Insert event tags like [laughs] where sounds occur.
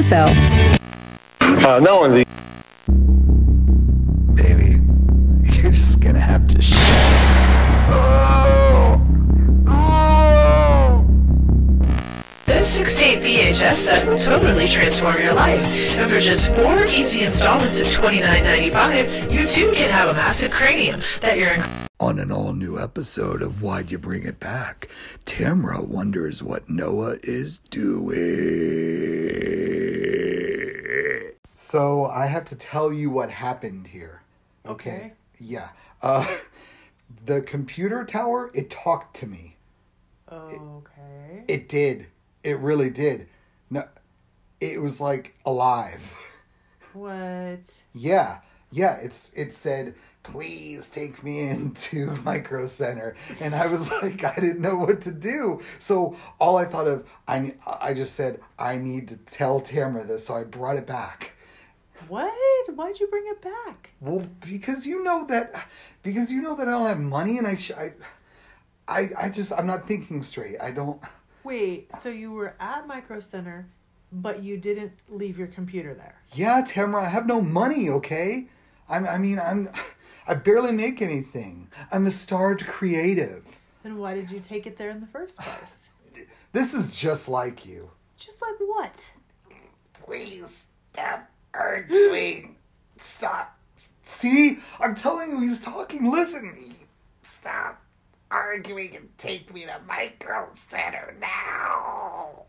so. Uh, no, and the baby. You're just gonna have to shut. Oh! Oh! This 68 VHS set will totally transform your life. And for just four easy installments of $29.95, you too can have a massive cranium that your On an all new episode of Why'd You Bring It Back, Tamra wonders what Noah is doing. So I have to tell you what happened here. Okay. Yeah. Uh, [laughs] the computer tower, it talked to me. Okay. It did. It really did. No, it was like alive. [laughs] What? Yeah. Yeah. It's it said, please take me [laughs] into Micro Center, and I was [laughs] like, I didn't know what to do. So all I thought of, I ne- I just said, I need to tell Tamara this. So I brought it back. What? Why'd you bring it back? Well, because you know that, because you know that I don't have money, and I, sh- I, I, I just I'm not thinking straight. I don't. Wait, so you were at Micro Center, but you didn't leave your computer there. Yeah, Tamara, I have no money. Okay, I'm. I mean, I'm. [laughs] I barely make anything. I'm a starved creative. Then why did you take it there in the first place? This is just like you. [sighs] Just like what? Please stop arguing. Stop. See, I'm telling you, he's talking. Listen. Stop arguing and take me to Micro Center now.